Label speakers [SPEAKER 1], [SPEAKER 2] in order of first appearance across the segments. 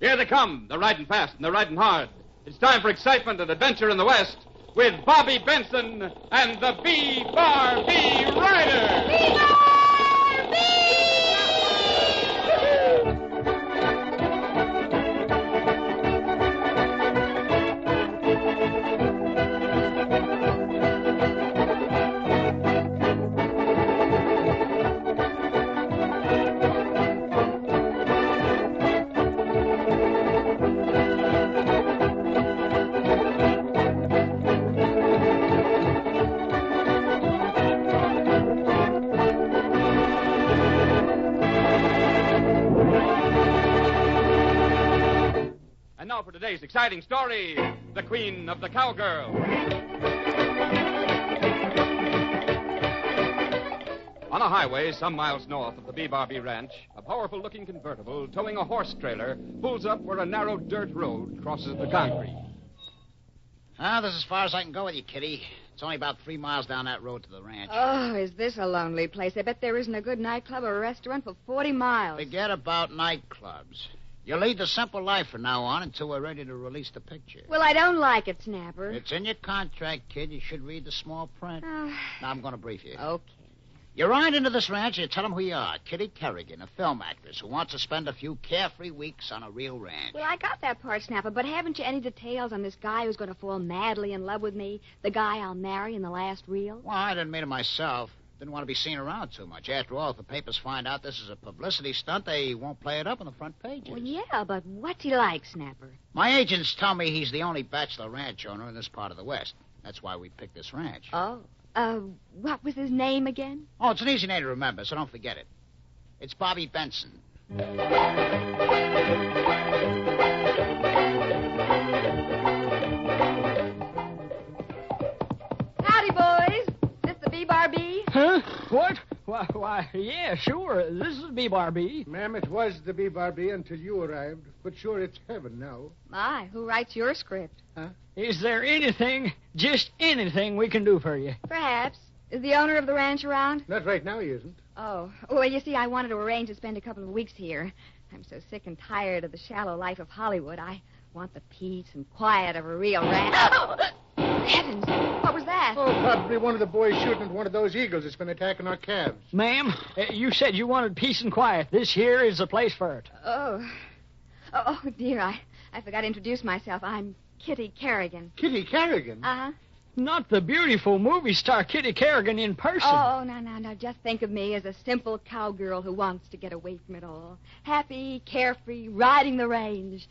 [SPEAKER 1] Here they come. They're riding fast and they're riding hard. It's time for excitement and adventure in the West with Bobby Benson and the B Bar B Rider. And now for today's exciting story The Queen of the Cowgirl. On a highway some miles north of the B-Barbie Ranch, a powerful looking convertible towing a horse trailer pulls up where a narrow dirt road crosses the concrete.
[SPEAKER 2] Ah, this is as far as I can go with you, Kitty. It's only about three miles down that road to the ranch.
[SPEAKER 3] Oh, is this a lonely place? I bet there isn't a good nightclub or a restaurant for 40 miles.
[SPEAKER 2] Forget about nightclubs. You'll lead the simple life from now on until we're ready to release the picture.
[SPEAKER 3] Well, I don't like it, Snapper.
[SPEAKER 2] It's in your contract, kid. You should read the small print.
[SPEAKER 3] Oh,
[SPEAKER 2] Now, I'm going to brief you.
[SPEAKER 3] okay.
[SPEAKER 2] You ride into this ranch, you tell them who you are. Kitty Kerrigan, a film actress who wants to spend a few carefree weeks on a real ranch.
[SPEAKER 3] Well, I got that part, Snapper, but haven't you any details on this guy who's going to fall madly in love with me? The guy I'll marry in the last reel?
[SPEAKER 2] Well, I didn't mean it myself. Didn't want to be seen around too much. After all, if the papers find out this is a publicity stunt, they won't play it up on the front pages.
[SPEAKER 3] Well, yeah, but what's he like, Snapper?
[SPEAKER 2] My agents tell me he's the only bachelor ranch owner in this part of the West. That's why we picked this ranch.
[SPEAKER 3] Oh. Uh, what was his name again?
[SPEAKER 2] oh, it's an easy name to remember, so don't forget it. It's Bobby Benson.
[SPEAKER 3] Howdy, boys. This the B-Bar-B?
[SPEAKER 4] Huh? What? Why, why, yeah, sure. This is B-Barbie.
[SPEAKER 5] Ma'am, it was the BBRB until you arrived, but sure it's heaven now.
[SPEAKER 3] My, who writes your script?
[SPEAKER 4] Is there anything, just anything we can do for you?
[SPEAKER 3] Perhaps. Is the owner of the ranch around?
[SPEAKER 5] Not right now, he isn't.
[SPEAKER 3] Oh, well, you see, I wanted to arrange to spend a couple of weeks here. I'm so sick and tired of the shallow life of Hollywood. I want the peace and quiet of a real ranch. Oh, Heavens, what was that?
[SPEAKER 5] Oh, probably one of the boys shooting at one of those eagles that's been attacking our calves.
[SPEAKER 4] Ma'am, uh, you said you wanted peace and quiet. This here is the place for it.
[SPEAKER 3] Oh, oh dear, I, I forgot to introduce myself. I'm Kitty Kerrigan.
[SPEAKER 5] Kitty Carrigan.
[SPEAKER 3] Uh huh.
[SPEAKER 4] Not the beautiful movie star Kitty Kerrigan in person.
[SPEAKER 3] Oh, oh, no, no, no. Just think of me as a simple cowgirl who wants to get away from it all. Happy, carefree, riding the range.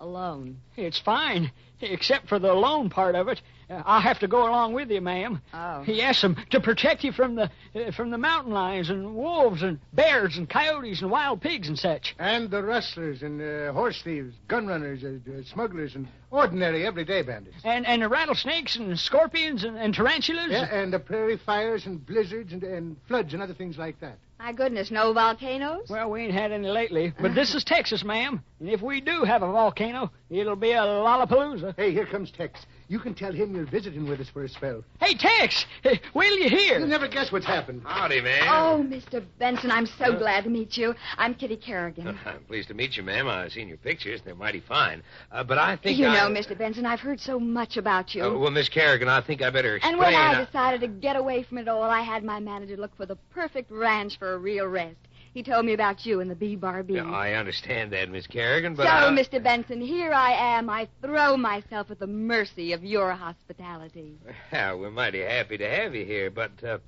[SPEAKER 3] Alone.
[SPEAKER 4] It's fine, except for the alone part of it. Uh, I'll have to go along with you, ma'am.
[SPEAKER 3] Oh.
[SPEAKER 4] Yes, um, to protect you from the uh, from the mountain lions and wolves and bears and coyotes and wild pigs and such.
[SPEAKER 5] And the rustlers and uh, horse thieves, gun runners, uh, uh, smugglers, and ordinary everyday bandits.
[SPEAKER 4] And and the rattlesnakes and scorpions and, and tarantulas.
[SPEAKER 5] Yeah, and the prairie fires and blizzards and, and floods and other things like that.
[SPEAKER 3] My goodness, no volcanoes?
[SPEAKER 4] Well, we ain't had any lately, but this is Texas, ma'am. And if we do have a volcano, it'll be a lollapalooza.
[SPEAKER 5] Hey, here comes Tex. You can tell him you're visiting with us for a spell.
[SPEAKER 4] Hey, Tex, eh, will you
[SPEAKER 5] You'll
[SPEAKER 4] hear?
[SPEAKER 5] never guess what's happened.
[SPEAKER 6] Howdy, man.
[SPEAKER 3] Oh, Mr. Benson, I'm
[SPEAKER 6] Uh,
[SPEAKER 3] so glad to meet you. I'm Kitty Kerrigan.
[SPEAKER 6] I'm pleased to meet you, ma'am. I've seen your pictures. They're mighty fine. Uh, but I think
[SPEAKER 3] You
[SPEAKER 6] I-
[SPEAKER 3] know, Mr. Benson, I've heard so much about you.
[SPEAKER 6] Uh, well, Miss Kerrigan, I think I better explain. uh,
[SPEAKER 3] and when I decided to get away from it all, I had my manager look for the perfect ranch for a real rest. He told me about you and the B Bar B.
[SPEAKER 6] Yeah, I understand that, Miss Kerrigan,
[SPEAKER 3] So,
[SPEAKER 6] but I-
[SPEAKER 3] Mr. Benson, here I am. I throw myself at the mercy of your hospitality.
[SPEAKER 6] Yeah, we're mighty happy to have you here, but uh,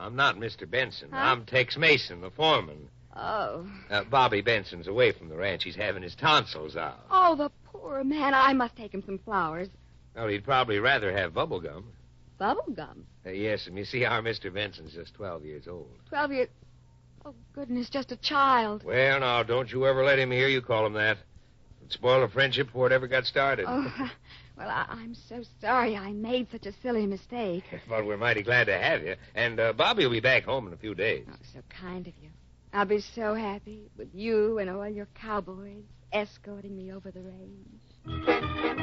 [SPEAKER 6] I'm not Mr. Benson.
[SPEAKER 3] Huh?
[SPEAKER 6] I'm Tex Mason, the foreman.
[SPEAKER 3] Oh.
[SPEAKER 6] Uh, Bobby Benson's away from the ranch. He's having his tonsils out.
[SPEAKER 3] Oh, the poor man. I must take him some flowers.
[SPEAKER 6] Well, he'd probably rather have bubble gum.
[SPEAKER 3] Bubble gum.
[SPEAKER 6] Uh, yes, and you see, our Mr. Benson's just 12 years old.
[SPEAKER 3] Twelve years. Oh, goodness, just a child.
[SPEAKER 6] Well, now, don't you ever let him hear you call him that. It'd spoil a friendship before it ever got started.
[SPEAKER 3] Oh, well, I, I'm so sorry I made such a silly mistake.
[SPEAKER 6] But we're mighty glad to have you. And uh, Bobby will be back home in a few days.
[SPEAKER 3] Oh, so kind of you. I'll be so happy with you and all your cowboys escorting me over the range.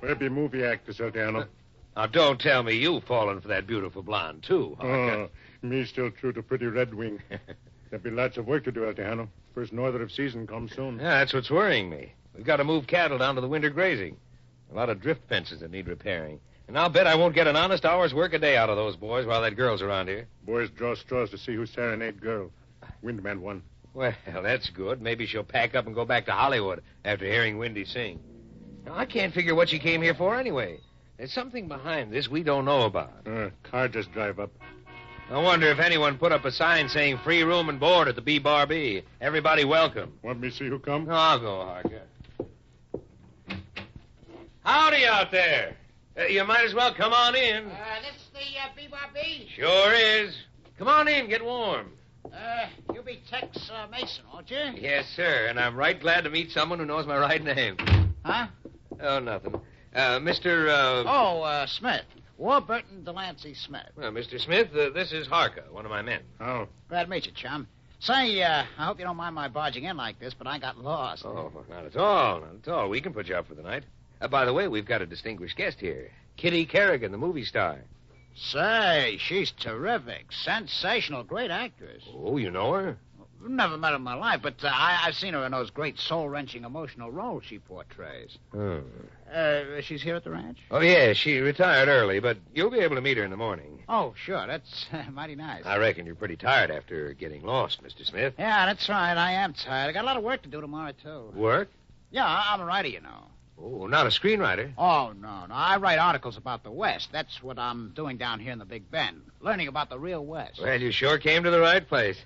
[SPEAKER 7] Where be movie actors, Eldiano?
[SPEAKER 6] Now, don't tell me you've fallen for that beautiful blonde, too, Harker.
[SPEAKER 7] Oh, me still true to Pretty Red Wing. There'll be lots of work to do, El Tejano. First norther of season comes soon.
[SPEAKER 6] Yeah, that's what's worrying me. We've got to move cattle down to the winter grazing. A lot of drift fences that need repairing. And I'll bet I won't get an honest hour's work a day out of those boys while that girl's around here.
[SPEAKER 7] Boys draw straws to see who serenade girl. Windman won.
[SPEAKER 6] Well, that's good. Maybe she'll pack up and go back to Hollywood after hearing Wendy sing. Now, I can't figure what she came here for anyway. There's something behind this we don't know about.
[SPEAKER 7] Uh, car just drive up.
[SPEAKER 6] I wonder if anyone put up a sign saying free room and board at the B Bar B. Everybody welcome.
[SPEAKER 7] Want me see who come?
[SPEAKER 6] No, I'll go, Harker. Howdy out there. Uh, you might as well come on in.
[SPEAKER 2] Uh, this the uh, BYB?
[SPEAKER 6] Sure is. Come on in, get warm.
[SPEAKER 2] Uh, you be Tex uh, Mason, won't you?
[SPEAKER 6] Yes, sir, and I'm right glad to meet someone who knows my right name.
[SPEAKER 2] Huh?
[SPEAKER 6] Oh, nothing. Uh, Mr. Uh,
[SPEAKER 2] Oh, uh, Smith. Warburton Delancey Smith.
[SPEAKER 6] Well, Mr. Smith, uh, this is Harker, one of my men.
[SPEAKER 7] How?
[SPEAKER 2] Glad to meet you, chum. Say, uh, I hope you don't mind my barging in like this, but I got lost.
[SPEAKER 6] Oh, not at all, not at all. We can put you up for the night. Uh, by the way, we've got a distinguished guest here Kitty Kerrigan, the movie star.
[SPEAKER 2] Say, she's terrific. Sensational. Great actress.
[SPEAKER 6] Oh, you know her?
[SPEAKER 2] Never met her in my life, but uh, I, I've seen her in those great soul wrenching emotional roles she portrays.
[SPEAKER 6] Oh.
[SPEAKER 2] Uh, she's here at the ranch?
[SPEAKER 6] oh, yeah, she retired early, but you'll be able to meet her in the morning.
[SPEAKER 2] Oh, sure. That's uh, mighty nice.
[SPEAKER 6] I reckon you're pretty tired after getting lost, Mr. Smith.
[SPEAKER 2] Yeah, that's right. I am tired. I got a lot of work to do tomorrow, too.
[SPEAKER 6] Work?
[SPEAKER 2] Yeah, I- I'm a writer, you know.
[SPEAKER 6] Oh, not a screenwriter.
[SPEAKER 2] Oh, no, no. I write articles about the West. That's what I'm doing down here in the Big Bend, learning about the real West.
[SPEAKER 6] Well, you sure came to the right place.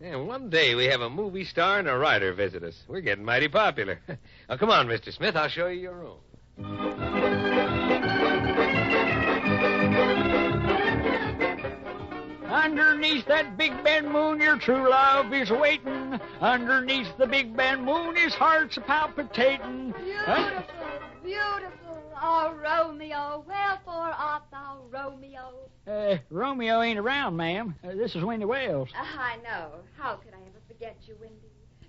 [SPEAKER 6] and one day we have a movie star and a writer visit us. We're getting mighty popular. now, come on, Mr. Smith. I'll show you your room.
[SPEAKER 4] Underneath that big bend moon, your true love is waiting. Underneath the big bend moon, his heart's a palpitating.
[SPEAKER 3] Beautiful, beautiful, oh Romeo, wherefore art thou Romeo?
[SPEAKER 4] Uh, Romeo ain't around, ma'am. Uh, this is Wendy Wells.
[SPEAKER 3] Ah, I know. How could I ever forget you, Wendy?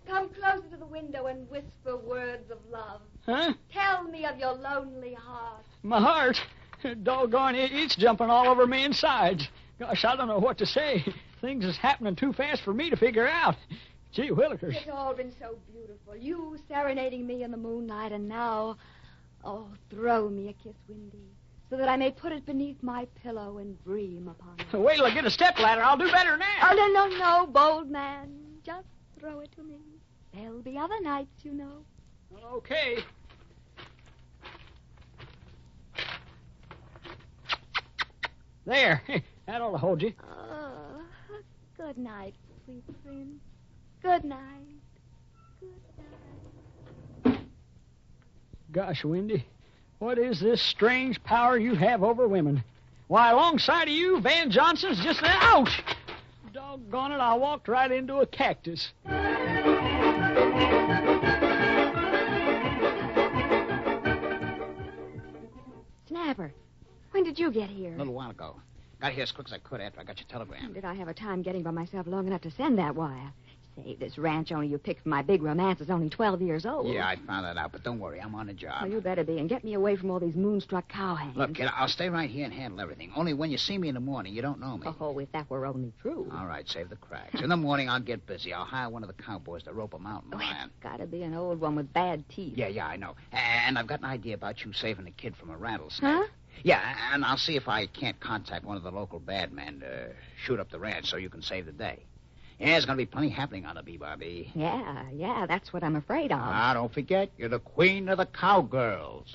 [SPEAKER 3] Come closer to the window and whisper words of love.
[SPEAKER 4] Huh?
[SPEAKER 3] Tell me of your lonely heart.
[SPEAKER 4] My heart, doggone, it, it's jumping all over me insides. Gosh, I don't know what to say. Things is happening too fast for me to figure out. Gee willikers.
[SPEAKER 3] It's all been so beautiful. You serenading me in the moonlight, and now, oh, throw me a kiss, Windy, so that I may put it beneath my pillow and dream upon it.
[SPEAKER 4] Wait till I get a step ladder. I'll do better now.
[SPEAKER 3] Oh, no, no, no, bold man. Just throw it to me. There'll be other nights, you know.
[SPEAKER 4] Okay. There. That ought to hold you.
[SPEAKER 3] Oh, good night, sweet friend. Good night. Good night.
[SPEAKER 4] Gosh, Wendy, what is this strange power you have over women? Why, alongside of you, Van Johnson's just an ouch! Doggone it, I walked right into a cactus.
[SPEAKER 3] Snapper, when did you get
[SPEAKER 2] A
[SPEAKER 3] here?
[SPEAKER 2] little while ago. Got here as quick as I could after I got your telegram.
[SPEAKER 3] Did I have a time getting by myself long enough to send that wire? Say, this ranch owner you picked for my big romance is only 12 years old.
[SPEAKER 2] Yeah, I found that out, but don't worry. I'm on the
[SPEAKER 3] Well,
[SPEAKER 2] job.
[SPEAKER 3] you better be, and get me away from all these moonstruck cowhands.
[SPEAKER 2] Look, kid, I'll stay right here and handle everything. Only when you see me in the morning, you don't know me.
[SPEAKER 3] Oh, if that were only true.
[SPEAKER 2] All right, save the cracks. In the morning, I'll get busy. I'll hire one of the cowboys to rope a mountain
[SPEAKER 3] Oh,
[SPEAKER 2] lion.
[SPEAKER 3] it's gotta be an old one with bad teeth.
[SPEAKER 2] Yeah, yeah, I know. And I've got an idea about you saving a kid from a rattlesnake.
[SPEAKER 3] Huh?
[SPEAKER 2] Yeah, and I'll see if I can't contact one of the local bad men to shoot up the ranch so you can save the day. Yeah, there's going to be plenty happening on the BBB.
[SPEAKER 3] Yeah, yeah, that's what I'm afraid of.
[SPEAKER 2] Ah, don't forget, you're the queen of the cowgirls.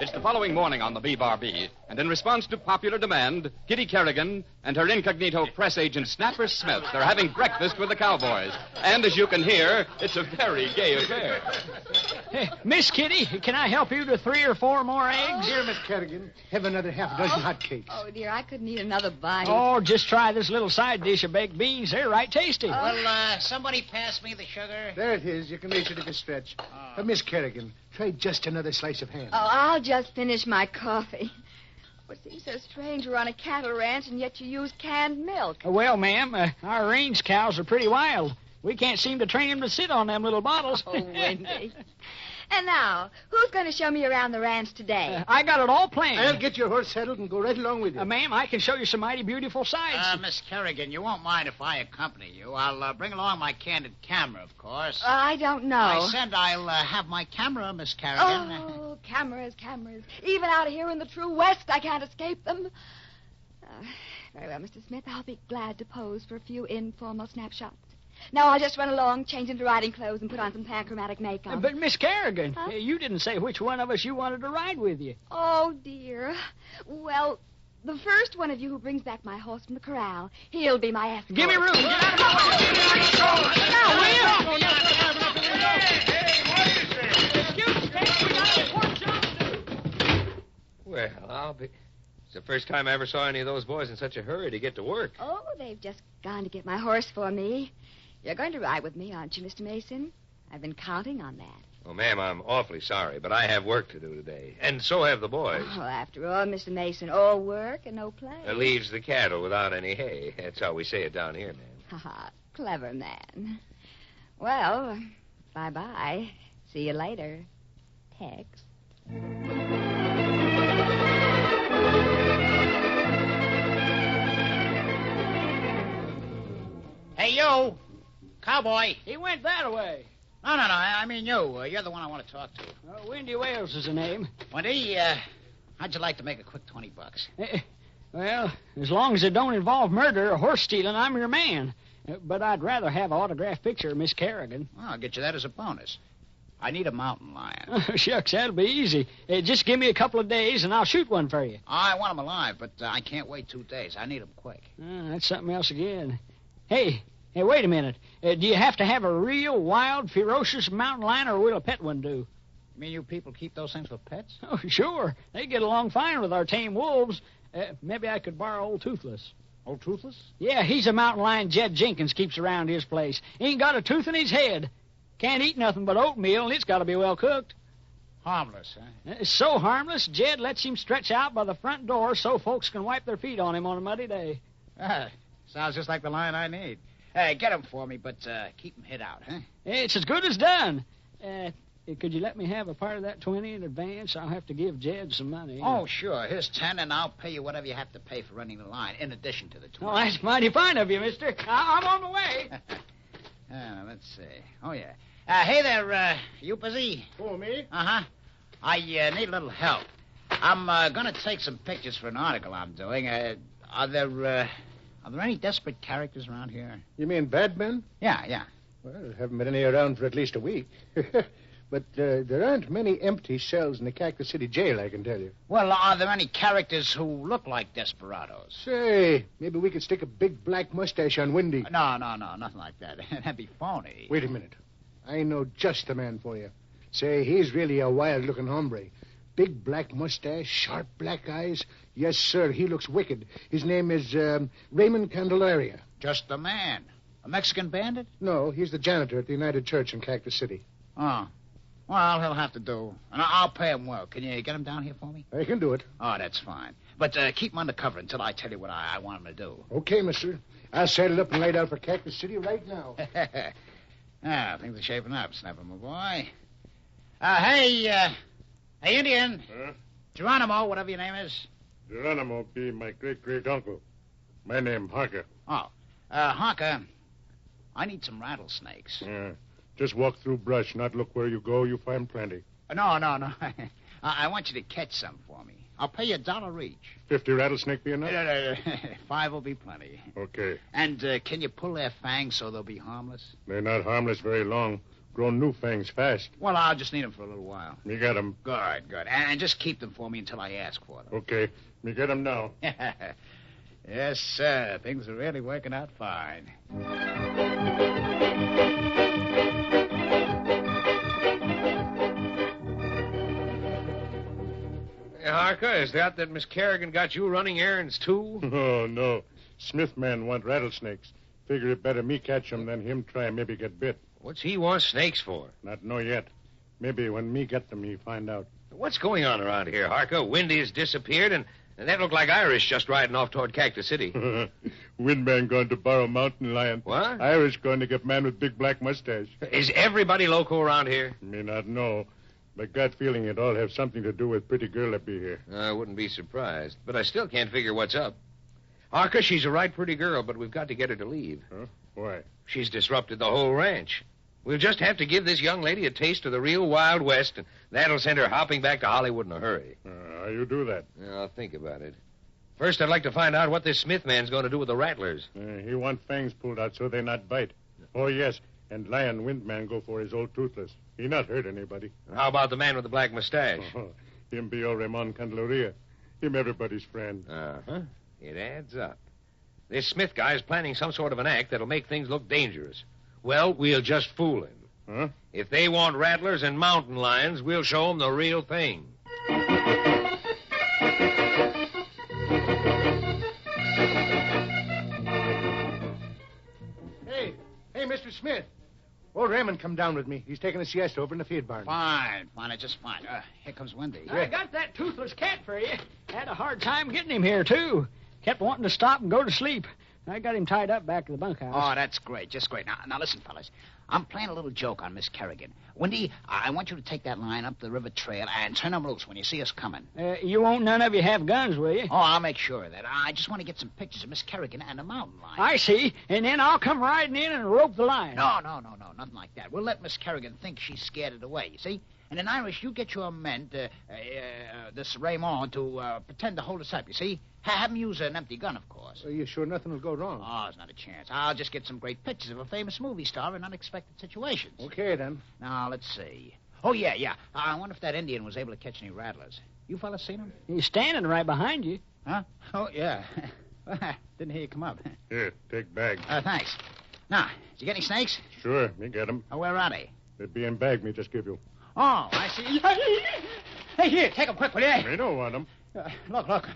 [SPEAKER 1] It's the following morning on the B Bar B, and in response to popular demand, Kitty Kerrigan and her incognito press agent Snapper Smith are having breakfast with the cowboys. And as you can hear, it's a very gay affair.
[SPEAKER 4] Hey, Miss Kitty, can I help you to three or four more eggs?
[SPEAKER 5] Here, Miss Kerrigan, have another half a dozen hot cakes.
[SPEAKER 3] Oh, dear, I couldn't eat another bite.
[SPEAKER 4] Oh, just try this little side dish of baked beans. They're right tasty.
[SPEAKER 3] Oh.
[SPEAKER 2] Well, uh, somebody pass me the sugar.
[SPEAKER 5] There it is. You can reach it at a stretch. Uh, Miss Kerrigan, try just another slice of ham.
[SPEAKER 3] Oh, I'll just finish my coffee. What seems so strange? We're on a cattle ranch, and yet you use canned milk.
[SPEAKER 4] Well, ma'am, uh, our range cows are pretty wild. We can't seem to train them to sit on them little bottles.
[SPEAKER 3] Oh, Wendy. and now, who's going to show me around the ranch today?
[SPEAKER 4] Uh, I got it all planned.
[SPEAKER 5] I'll get your horse saddled and go right along with you.
[SPEAKER 4] Uh, ma'am, I can show you some mighty beautiful sights.
[SPEAKER 2] Uh, Miss Kerrigan, you won't mind if I accompany you. I'll uh, bring along my candid camera, of course.
[SPEAKER 3] Uh, I don't know.
[SPEAKER 2] I said I'll uh, have my camera, Miss Kerrigan.
[SPEAKER 3] Oh, cameras, cameras. Even out here in the true West, I can't escape them. Uh, very well, Mr. Smith. I'll be glad to pose for a few informal snapshots. Now I'll just run along, change into riding clothes, and put on some panchromatic
[SPEAKER 4] Uh,
[SPEAKER 3] makeup.
[SPEAKER 4] But, Miss Kerrigan,
[SPEAKER 3] Huh?
[SPEAKER 4] uh, you didn't say which one of us you wanted to ride with you.
[SPEAKER 3] Oh, dear. Well, the first one of you who brings back my horse from the corral, he'll be my escort.
[SPEAKER 4] Give me room. Get out of my way. Now, will you?
[SPEAKER 6] Well, I'll be. It's the first time I ever saw any of those boys in such a hurry to get to work.
[SPEAKER 3] Oh, they've just gone to get my horse for me. You're going to ride with me, aren't you, Mr. Mason? I've been counting on that.
[SPEAKER 6] Oh, ma'am, I'm awfully sorry, but I have work to do today, and so have the boys.
[SPEAKER 3] Oh, after all, Mr. Mason, all work and no play.
[SPEAKER 6] Uh, leaves the cattle without any hay. That's how we say it down here, ma'am.
[SPEAKER 3] Ha ha! clever man. Well, bye bye. See you later. Tex.
[SPEAKER 2] Hey, you! Cowboy!
[SPEAKER 4] He went that way.
[SPEAKER 2] No, no, no. I, I mean you. Uh, you're the one I want to talk to.
[SPEAKER 4] Uh, Windy Wales is the name.
[SPEAKER 2] Wendy, uh, how'd you like to make a quick 20 bucks?
[SPEAKER 4] Eh, Well, as long as it don't involve murder or horse stealing, I'm your man. Uh, But I'd rather have an autographed picture of Miss Kerrigan.
[SPEAKER 2] Well, I'll get you that as a bonus. I need a mountain lion.
[SPEAKER 4] Oh, shucks, that'll be easy. Uh, just give me a couple of days and I'll shoot one for you.
[SPEAKER 2] I want him alive, but uh, I can't wait two days. I need him quick.
[SPEAKER 4] Uh, that's something else again. Hey, hey, wait a minute. Uh, do you have to have a real wild, ferocious mountain lion or will a pet one do?
[SPEAKER 2] You mean you people keep those things for pets?
[SPEAKER 4] Oh, sure. They get along fine with our tame wolves. Uh, maybe I could borrow old Toothless.
[SPEAKER 2] Old Toothless?
[SPEAKER 4] Yeah, he's a mountain lion Jed Jenkins keeps around his place. He ain't got a tooth in his head. Can't eat nothing but oatmeal, and it's got to be well cooked.
[SPEAKER 2] Harmless, huh?
[SPEAKER 4] Uh, It's so harmless, Jed lets him stretch out by the front door so folks can wipe their feet on him on a muddy day.
[SPEAKER 2] Ah, sounds just like the lion I need. Hey, get him for me, but uh, keep him hid out, huh?
[SPEAKER 4] It's as good as done. Uh, could you let me have a part of that 20 in advance? I'll have to give Jed some money.
[SPEAKER 2] Oh, sure. Here's ten, and I'll pay you whatever you have to pay for running the line, in addition to the twenty.
[SPEAKER 4] Well, Oh, that's mighty fine of you, mister. I- I'm on the way.
[SPEAKER 2] Uh, let's see. Oh, yeah. Uh, hey there, uh, you busy?
[SPEAKER 5] For me?
[SPEAKER 2] Uh-huh. I uh, need a little help. I'm uh, going to take some pictures for an article I'm doing. Uh, are there, uh, are there any desperate characters around here?
[SPEAKER 5] You mean bad men?
[SPEAKER 2] Yeah, yeah.
[SPEAKER 5] Well, haven't been any around for at least a week. but uh, there aren't many empty cells in the Cactus City jail, I can tell you.
[SPEAKER 2] Well, are there any characters who look like desperados?
[SPEAKER 5] Say, maybe we could stick a big black mustache on Wendy.
[SPEAKER 2] No, no, no, nothing like that. That'd be phony.
[SPEAKER 5] Wait a minute. I know just the man for you. Say, he's really a wild looking hombre. Big black mustache, sharp black eyes. Yes, sir, he looks wicked. His name is um, Raymond Candelaria.
[SPEAKER 2] Just the man. A Mexican bandit?
[SPEAKER 5] No, he's the janitor at the United Church in Cactus City.
[SPEAKER 2] Oh. Well, he'll have to do. And I- I'll pay him well. Can you get him down here for me?
[SPEAKER 5] I can do it.
[SPEAKER 2] Oh, that's fine. But uh, keep him undercover until I tell you what I, I want him to do.
[SPEAKER 5] Okay, mister. I'll saddle up and lay down for Cactus City right now.
[SPEAKER 2] ah, things are shaping up, Snapper, my boy. Uh, hey, uh, hey, Indian.
[SPEAKER 7] Huh?
[SPEAKER 2] Geronimo, whatever your name is.
[SPEAKER 7] Geronimo be my great great uncle. My name Harker.
[SPEAKER 2] Uh, Honker, I need some rattlesnakes.
[SPEAKER 7] Yeah. Uh, Just walk through brush, not look where you go. You find plenty.
[SPEAKER 2] Uh, No, no, no. I, I want you to catch some for me. I'll pay you a dollar each.
[SPEAKER 7] Fifty rattlesnake be
[SPEAKER 2] No,
[SPEAKER 7] enough.
[SPEAKER 2] no, no, no. Five will be plenty.
[SPEAKER 7] Okay.
[SPEAKER 2] And uh, can you pull their fangs so they'll be harmless?
[SPEAKER 7] They're not harmless very long. Grow new fangs fast.
[SPEAKER 2] Well, I'll just need them for a little while.
[SPEAKER 7] Me get 'em.
[SPEAKER 2] Good, good. And just keep them for me until I ask for
[SPEAKER 7] Okay. Me get 'em now.
[SPEAKER 2] them. yes, sir. Things are really working out fine.
[SPEAKER 6] Hey, Harker, is that that Miss Kerrigan got you running errands, too?
[SPEAKER 7] Oh, no. Smith man want rattlesnakes. Figure it better me catch 'em than him try and maybe get bit.
[SPEAKER 6] What's he want snakes for?
[SPEAKER 7] Not know yet. Maybe when me get them, he find out.
[SPEAKER 6] What's going on around here, Harker? Wendy's disappeared, and And that looked like Irish just riding off toward Cactus City.
[SPEAKER 7] Windman going to borrow mountain lion.
[SPEAKER 6] What?
[SPEAKER 7] Irish going to get man with big black mustache.
[SPEAKER 6] Is everybody loco around here?
[SPEAKER 7] May not know, but gut feeling it all have something to do with pretty girl up here.
[SPEAKER 6] Uh, I wouldn't be surprised, but I still can't figure what's up. Harker, she's a right pretty girl, but we've got to get her to leave.
[SPEAKER 7] Why?
[SPEAKER 6] She's disrupted the whole ranch. We'll just have to give this young lady a taste of the real Wild West, and that'll send her hopping back to Hollywood in a hurry.
[SPEAKER 7] Uh, how you do that?
[SPEAKER 6] Yeah, I'll think about it. First, I'd like to find out what this Smith man's going to do with the rattlers.
[SPEAKER 7] Uh, he want fangs pulled out so they not bite. Oh, yes, and Lion Windman go for his old toothless. He not hurt anybody.
[SPEAKER 6] And how about the man with the black mustache?
[SPEAKER 7] Uh-huh. Him be old Ramon Candelaria. Him everybody's friend.
[SPEAKER 6] Uh huh. It adds up. This Smith guy's planning some sort of an act that'll make things look dangerous. Well, we'll just fool him.
[SPEAKER 7] Huh?
[SPEAKER 6] If they want rattlers and mountain lions, we'll show 'em the real thing.
[SPEAKER 5] Hey, hey, Mr. Smith. Old Raymond come down with me. He's taking a siesta over in the feed barn.
[SPEAKER 2] Fine, fine, it's just fine. Uh, here comes Wendy.
[SPEAKER 4] I got that toothless cat for you. Had a hard time getting him here, too. Kept wanting to stop and go to sleep. I got him tied up back in the bunkhouse.
[SPEAKER 2] Oh, that's great, just great. Now, now listen, fellas. I'm playing a little joke on Miss Kerrigan. Wendy, I I want you to take that line up the river trail and turn 'em loose when you see us coming.
[SPEAKER 4] Uh, you won't none of you have guns, will you?
[SPEAKER 2] Oh, I'll make sure of that. I just want to get some pictures of Miss Kerrigan and the mountain lion.
[SPEAKER 4] I see. And then I'll come riding in and rope the line.
[SPEAKER 2] No, no, no, no, nothing like that. We'll let Miss Kerrigan think she scared it away, you see? And in Irish, you get your men, to, uh, uh, this Raymond, to uh, pretend to hold us up, you see? Ha- have him use an empty gun, of course.
[SPEAKER 5] Are you sure nothing will go wrong?
[SPEAKER 2] Oh, it's not a chance. I'll just get some great pictures of a famous movie star in unexpected situations.
[SPEAKER 5] Okay, then.
[SPEAKER 2] Now, let's see. Oh, yeah, yeah. I wonder if that Indian was able to catch any rattlers. You fellas seen him?
[SPEAKER 4] He's standing right behind you.
[SPEAKER 2] Huh? Oh, yeah. Didn't hear you come up.
[SPEAKER 7] Here, take bag.
[SPEAKER 2] Uh, thanks. Now, did you get any snakes?
[SPEAKER 7] Sure, me get 'em.
[SPEAKER 2] Oh, where are they?
[SPEAKER 7] They be in bag me just give you.
[SPEAKER 2] Oh, I see. Hey, here, take them quick, will you?
[SPEAKER 7] Me don't want 'em.
[SPEAKER 2] Uh, look, look.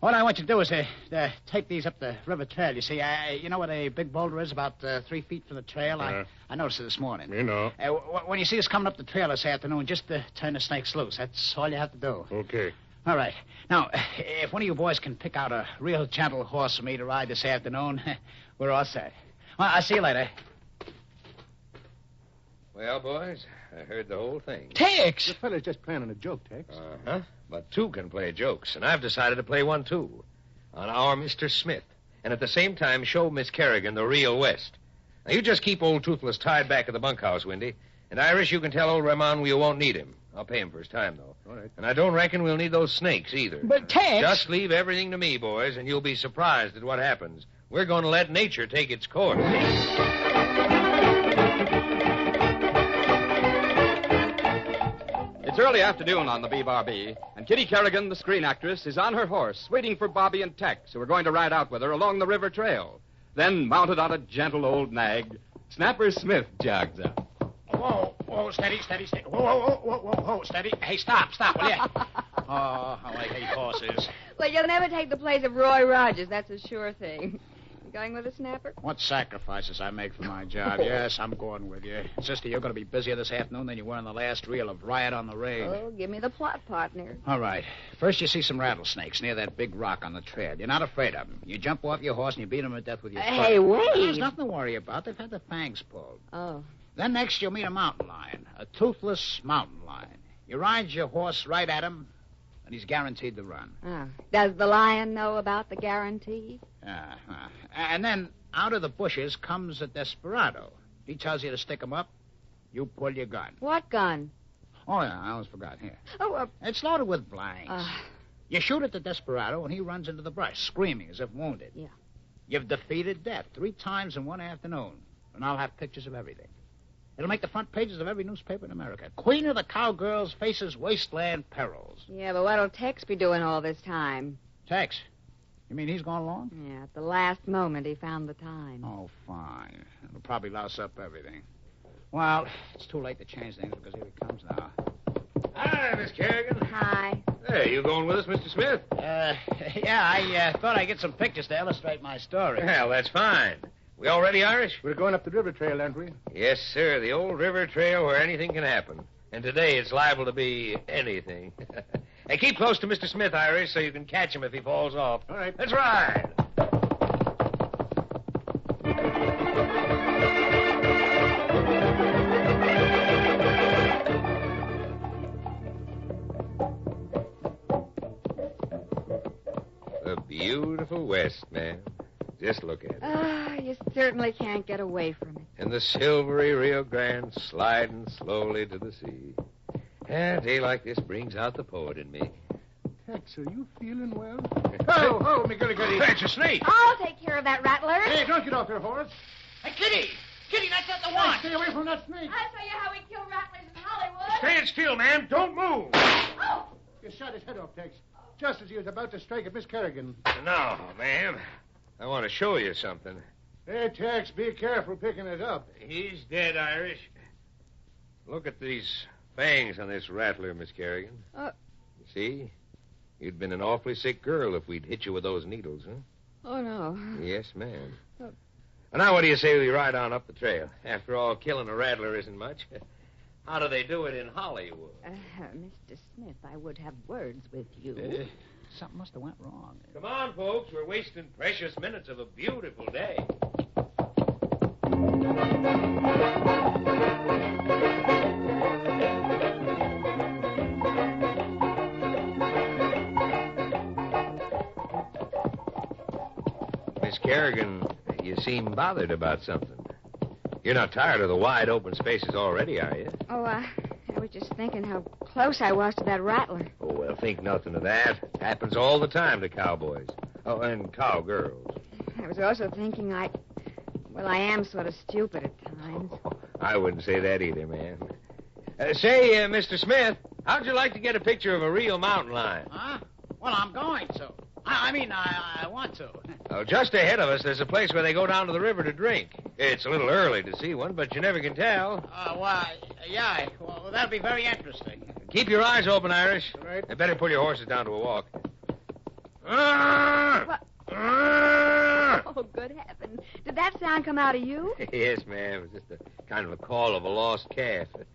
[SPEAKER 2] What I want you to do is uh, uh, take these up the river trail. You see, I, you know what a big boulder is about uh, three feet from the trail?
[SPEAKER 7] Yeah. Oh.
[SPEAKER 2] I, I noticed it this morning.
[SPEAKER 7] Me know.
[SPEAKER 2] Uh, w- w- when you see us coming up the trail this afternoon, just uh, turn the snakes loose. That's all you have to do.
[SPEAKER 7] Okay.
[SPEAKER 2] All right. Now, if one of you boys can pick out a real gentle horse for me to ride this afternoon, we're all set. Well, I'll see you later.
[SPEAKER 6] Well, boys, I heard the whole thing.
[SPEAKER 4] Tex!
[SPEAKER 5] The fella's just planning a joke, Tex.
[SPEAKER 6] Uh huh. But two can play jokes, and I've decided to play one too, on our Mister Smith, and at the same time show Miss Kerrigan the real West. Now you just keep old Toothless tied back at the bunkhouse, Windy, and Irish, you can tell old Ramon we won't need him. I'll pay him for his time though,
[SPEAKER 5] All right.
[SPEAKER 6] and I don't reckon we'll need those snakes either.
[SPEAKER 4] But Tex.
[SPEAKER 6] Just leave everything to me, boys, and you'll be surprised at what happens. We're going to let nature take its course.
[SPEAKER 1] It's early afternoon on the BBRB, and Kitty Kerrigan, the screen actress, is on her horse waiting for Bobby and Tex, who are going to ride out with her along the river trail. Then, mounted on a gentle old nag, Snapper Smith jogs up.
[SPEAKER 2] Whoa, whoa, steady, steady, steady. Whoa, whoa, whoa, whoa, whoa, whoa, steady. Hey, stop, stop, will you? oh, how I hate horses.
[SPEAKER 3] Well, you'll never take the place of Roy Rogers. That's a sure thing. You going with a snapper?
[SPEAKER 2] What sacrifices I make for my job. Yes, I'm going with you. Sister, you're going to be busier this afternoon than you were in the last reel of Riot on the Raid.
[SPEAKER 3] Oh, give me the plot, partner.
[SPEAKER 2] All right. First, you see some rattlesnakes near that big rock on the trail. You're not afraid of them. You jump off your horse and you beat them to death with your
[SPEAKER 3] Hey,
[SPEAKER 2] spur.
[SPEAKER 3] wait.
[SPEAKER 2] There's nothing to worry about. They've had their fangs pulled.
[SPEAKER 3] Oh.
[SPEAKER 2] Then next, you'll meet a mountain lion, a toothless mountain lion. You ride your horse right at him, and he's guaranteed to run.
[SPEAKER 3] oh. Does the lion know about the guarantee?
[SPEAKER 2] Uh-huh. And then out of the bushes comes a desperado. He tells you to stick him up. You pull your gun.
[SPEAKER 3] What gun?
[SPEAKER 2] Oh, yeah, I almost forgot. Here.
[SPEAKER 3] Oh, uh,
[SPEAKER 2] It's loaded with blanks.
[SPEAKER 3] Ah.
[SPEAKER 2] You shoot at the desperado, and he runs into the brush, screaming as if wounded.
[SPEAKER 3] Yeah.
[SPEAKER 2] You've defeated death three times in one afternoon, and I'll have pictures of everything. It'll make the front pages of every newspaper in America. Queen of the Cowgirls faces wasteland perils.
[SPEAKER 3] yeah, but what'll Tex be doing all this time?
[SPEAKER 2] Tex, you mean he's gone along?
[SPEAKER 3] Yeah, at the last moment he found the time.
[SPEAKER 2] Oh, fine. It'll probably louse up everything. Well, it's too late to change things because here he comes now.
[SPEAKER 6] Hi, Miss Kerrigan.
[SPEAKER 3] Hi.
[SPEAKER 6] Hey, you going with us, Mister Smith?
[SPEAKER 2] Uh, yeah, I uh, thought I'd get some pictures to illustrate my story.
[SPEAKER 6] Well, that's fine. We all ready, Irish?
[SPEAKER 5] We're going up the river trail, aren't we?
[SPEAKER 6] Yes, sir. The old river trail where anything can happen. And today it's liable to be anything. Hey, keep close to Mr. Smith, Irish, so you can catch him if he falls off.
[SPEAKER 7] All right.
[SPEAKER 6] Let's ride. The beautiful West, ma'am. Just look at it.
[SPEAKER 3] Ah, you certainly can't get away from it.
[SPEAKER 6] and the silvery Rio Grande sliding slowly to the sea. A day like this brings out the poet in me.
[SPEAKER 5] Tex, are you feeling well?
[SPEAKER 6] oh, oh, me goody goody. That's a snake.
[SPEAKER 3] I'll take care of that rattler.
[SPEAKER 5] don't get off your horse.
[SPEAKER 2] Hey, Kitty! Kitty, that's not the one!
[SPEAKER 5] Stay away from that snake.
[SPEAKER 3] I'll show you how we kill rattlers in Hollywood.
[SPEAKER 6] Stand still, man. Don't move.
[SPEAKER 3] Oh,
[SPEAKER 5] You shot his head off, Tex, just as he was about to strike at Miss Kerrigan.
[SPEAKER 6] Now, ma'am, I want to show you something.
[SPEAKER 5] Hey, Tex, be careful picking it up.
[SPEAKER 6] He's dead, Irish. Look at these fangs on this rattler, Miss Kerrigan.
[SPEAKER 3] Uh.
[SPEAKER 6] You see? You'd been an awfully sick girl if we'd hit you with those needles, huh?
[SPEAKER 3] oh no.
[SPEAKER 6] Yes, ma'am.
[SPEAKER 3] Oh.
[SPEAKER 6] And Now, what do you say we ride on up the trail? After all, killing a rattler isn't much. How do they do it in Hollywood?
[SPEAKER 3] Uh, Mr. Smith, I would have words with you.
[SPEAKER 2] Something must have went wrong.
[SPEAKER 6] Come on, folks. We're wasting precious minutes of a beautiful day. Miss Kerrigan, you seem bothered about something. You're not tired of the wide open spaces already, are you?
[SPEAKER 3] Oh, uh, I was just thinking how close I was to that rattler.
[SPEAKER 6] Oh, well, think nothing of that. Happens all the time to cowboys. Oh, and cowgirls.
[SPEAKER 3] I was also thinking I. Well, I am sort of stupid at times.
[SPEAKER 6] I wouldn't say that either, man. Uh, say, uh, Mr. Smith, how'd you like to get a picture of a real mountain lion?
[SPEAKER 2] Huh? Well, I'm going to. I, I mean, I, I want to.
[SPEAKER 6] Oh, just ahead of us, there's a place where they go down to the river to drink. It's a little early to see one, but you never can tell.
[SPEAKER 2] Uh, why, yeah, well, that'll be very interesting.
[SPEAKER 6] Keep your eyes open, Irish.
[SPEAKER 5] All right.
[SPEAKER 6] You better pull your horses down to a walk.
[SPEAKER 3] Oh, good heaven. Did that sound come out of you?
[SPEAKER 6] yes, ma'am. It's just a kind of a call of a lost calf. It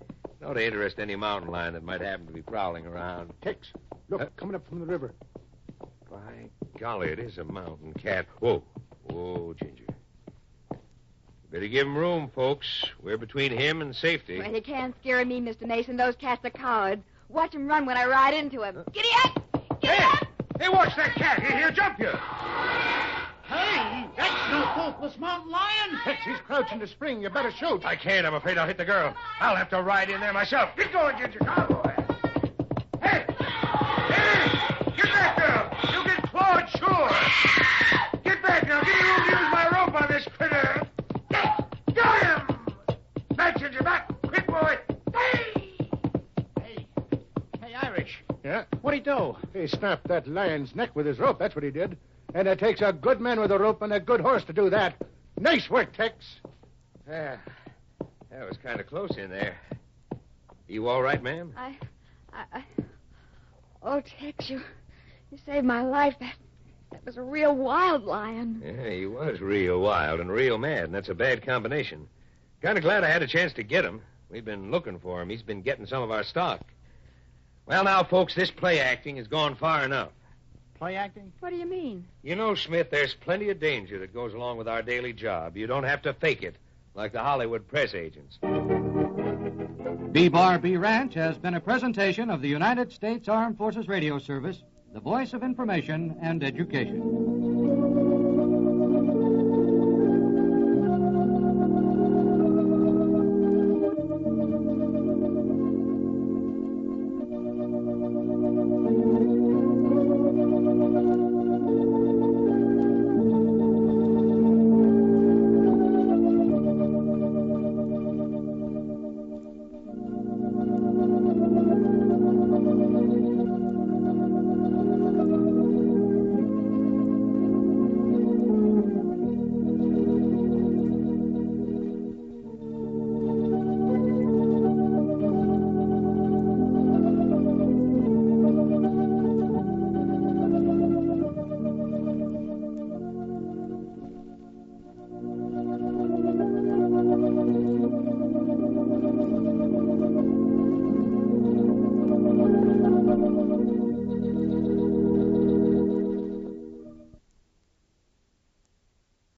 [SPEAKER 6] ought to interest any mountain lion that might happen to be prowling around.
[SPEAKER 5] Tex, look,
[SPEAKER 6] Uh,
[SPEAKER 5] coming up from the river.
[SPEAKER 6] By golly, it is a mountain cat. Whoa. Whoa, Ginger. Better give him room, folks. We're between him and safety.
[SPEAKER 3] Well, you can't scare me, Mr. Mason. Those cats are cowards. Watch 'em run when I ride into 'em. Giddy up! Giddy up!
[SPEAKER 6] Hey, watch that cat. He, he'll jump you.
[SPEAKER 2] Hey, that's no faultless mountain lion.
[SPEAKER 5] Tex, he's crouching to spring. You better shoot.
[SPEAKER 6] I can't. I'm afraid I'll hit the girl. I'll have to ride in there myself. Get going, Ginger. Cowboy. Hey! Hey! Get back, girl. You get clawed, sure. Get back now. Give me room to use my rope on this critter. Get, got him. Back, Ginger. Back. Quick, boy. Hey!
[SPEAKER 2] Hey, hey, Irish,
[SPEAKER 5] Yeah?
[SPEAKER 2] what'd he do?
[SPEAKER 5] He snapped that lion's neck with his rope. That's what he did. And it takes a good man with a rope and a good horse to do that. Nice work, Tex.
[SPEAKER 6] Yeah, Ah, that was kind of close in there. You all right, ma'am?
[SPEAKER 3] I, I, I. Oh, Tex, you, you saved my life. That, that was a real wild lion.
[SPEAKER 6] Yeah, he was real wild and real mad, and that's a bad combination. Kind of glad I had a chance to get him. We've been looking for him. He's been getting some of our stock. Well, now, folks, this play acting has gone far enough.
[SPEAKER 2] Play acting?
[SPEAKER 3] What do you mean?
[SPEAKER 6] You know, Smith, there's plenty of danger that goes along with our daily job. You don't have to fake it, like the Hollywood press agents.
[SPEAKER 8] B Bar B Ranch has been a presentation of the United States Armed Forces Radio Service, the voice of information and education.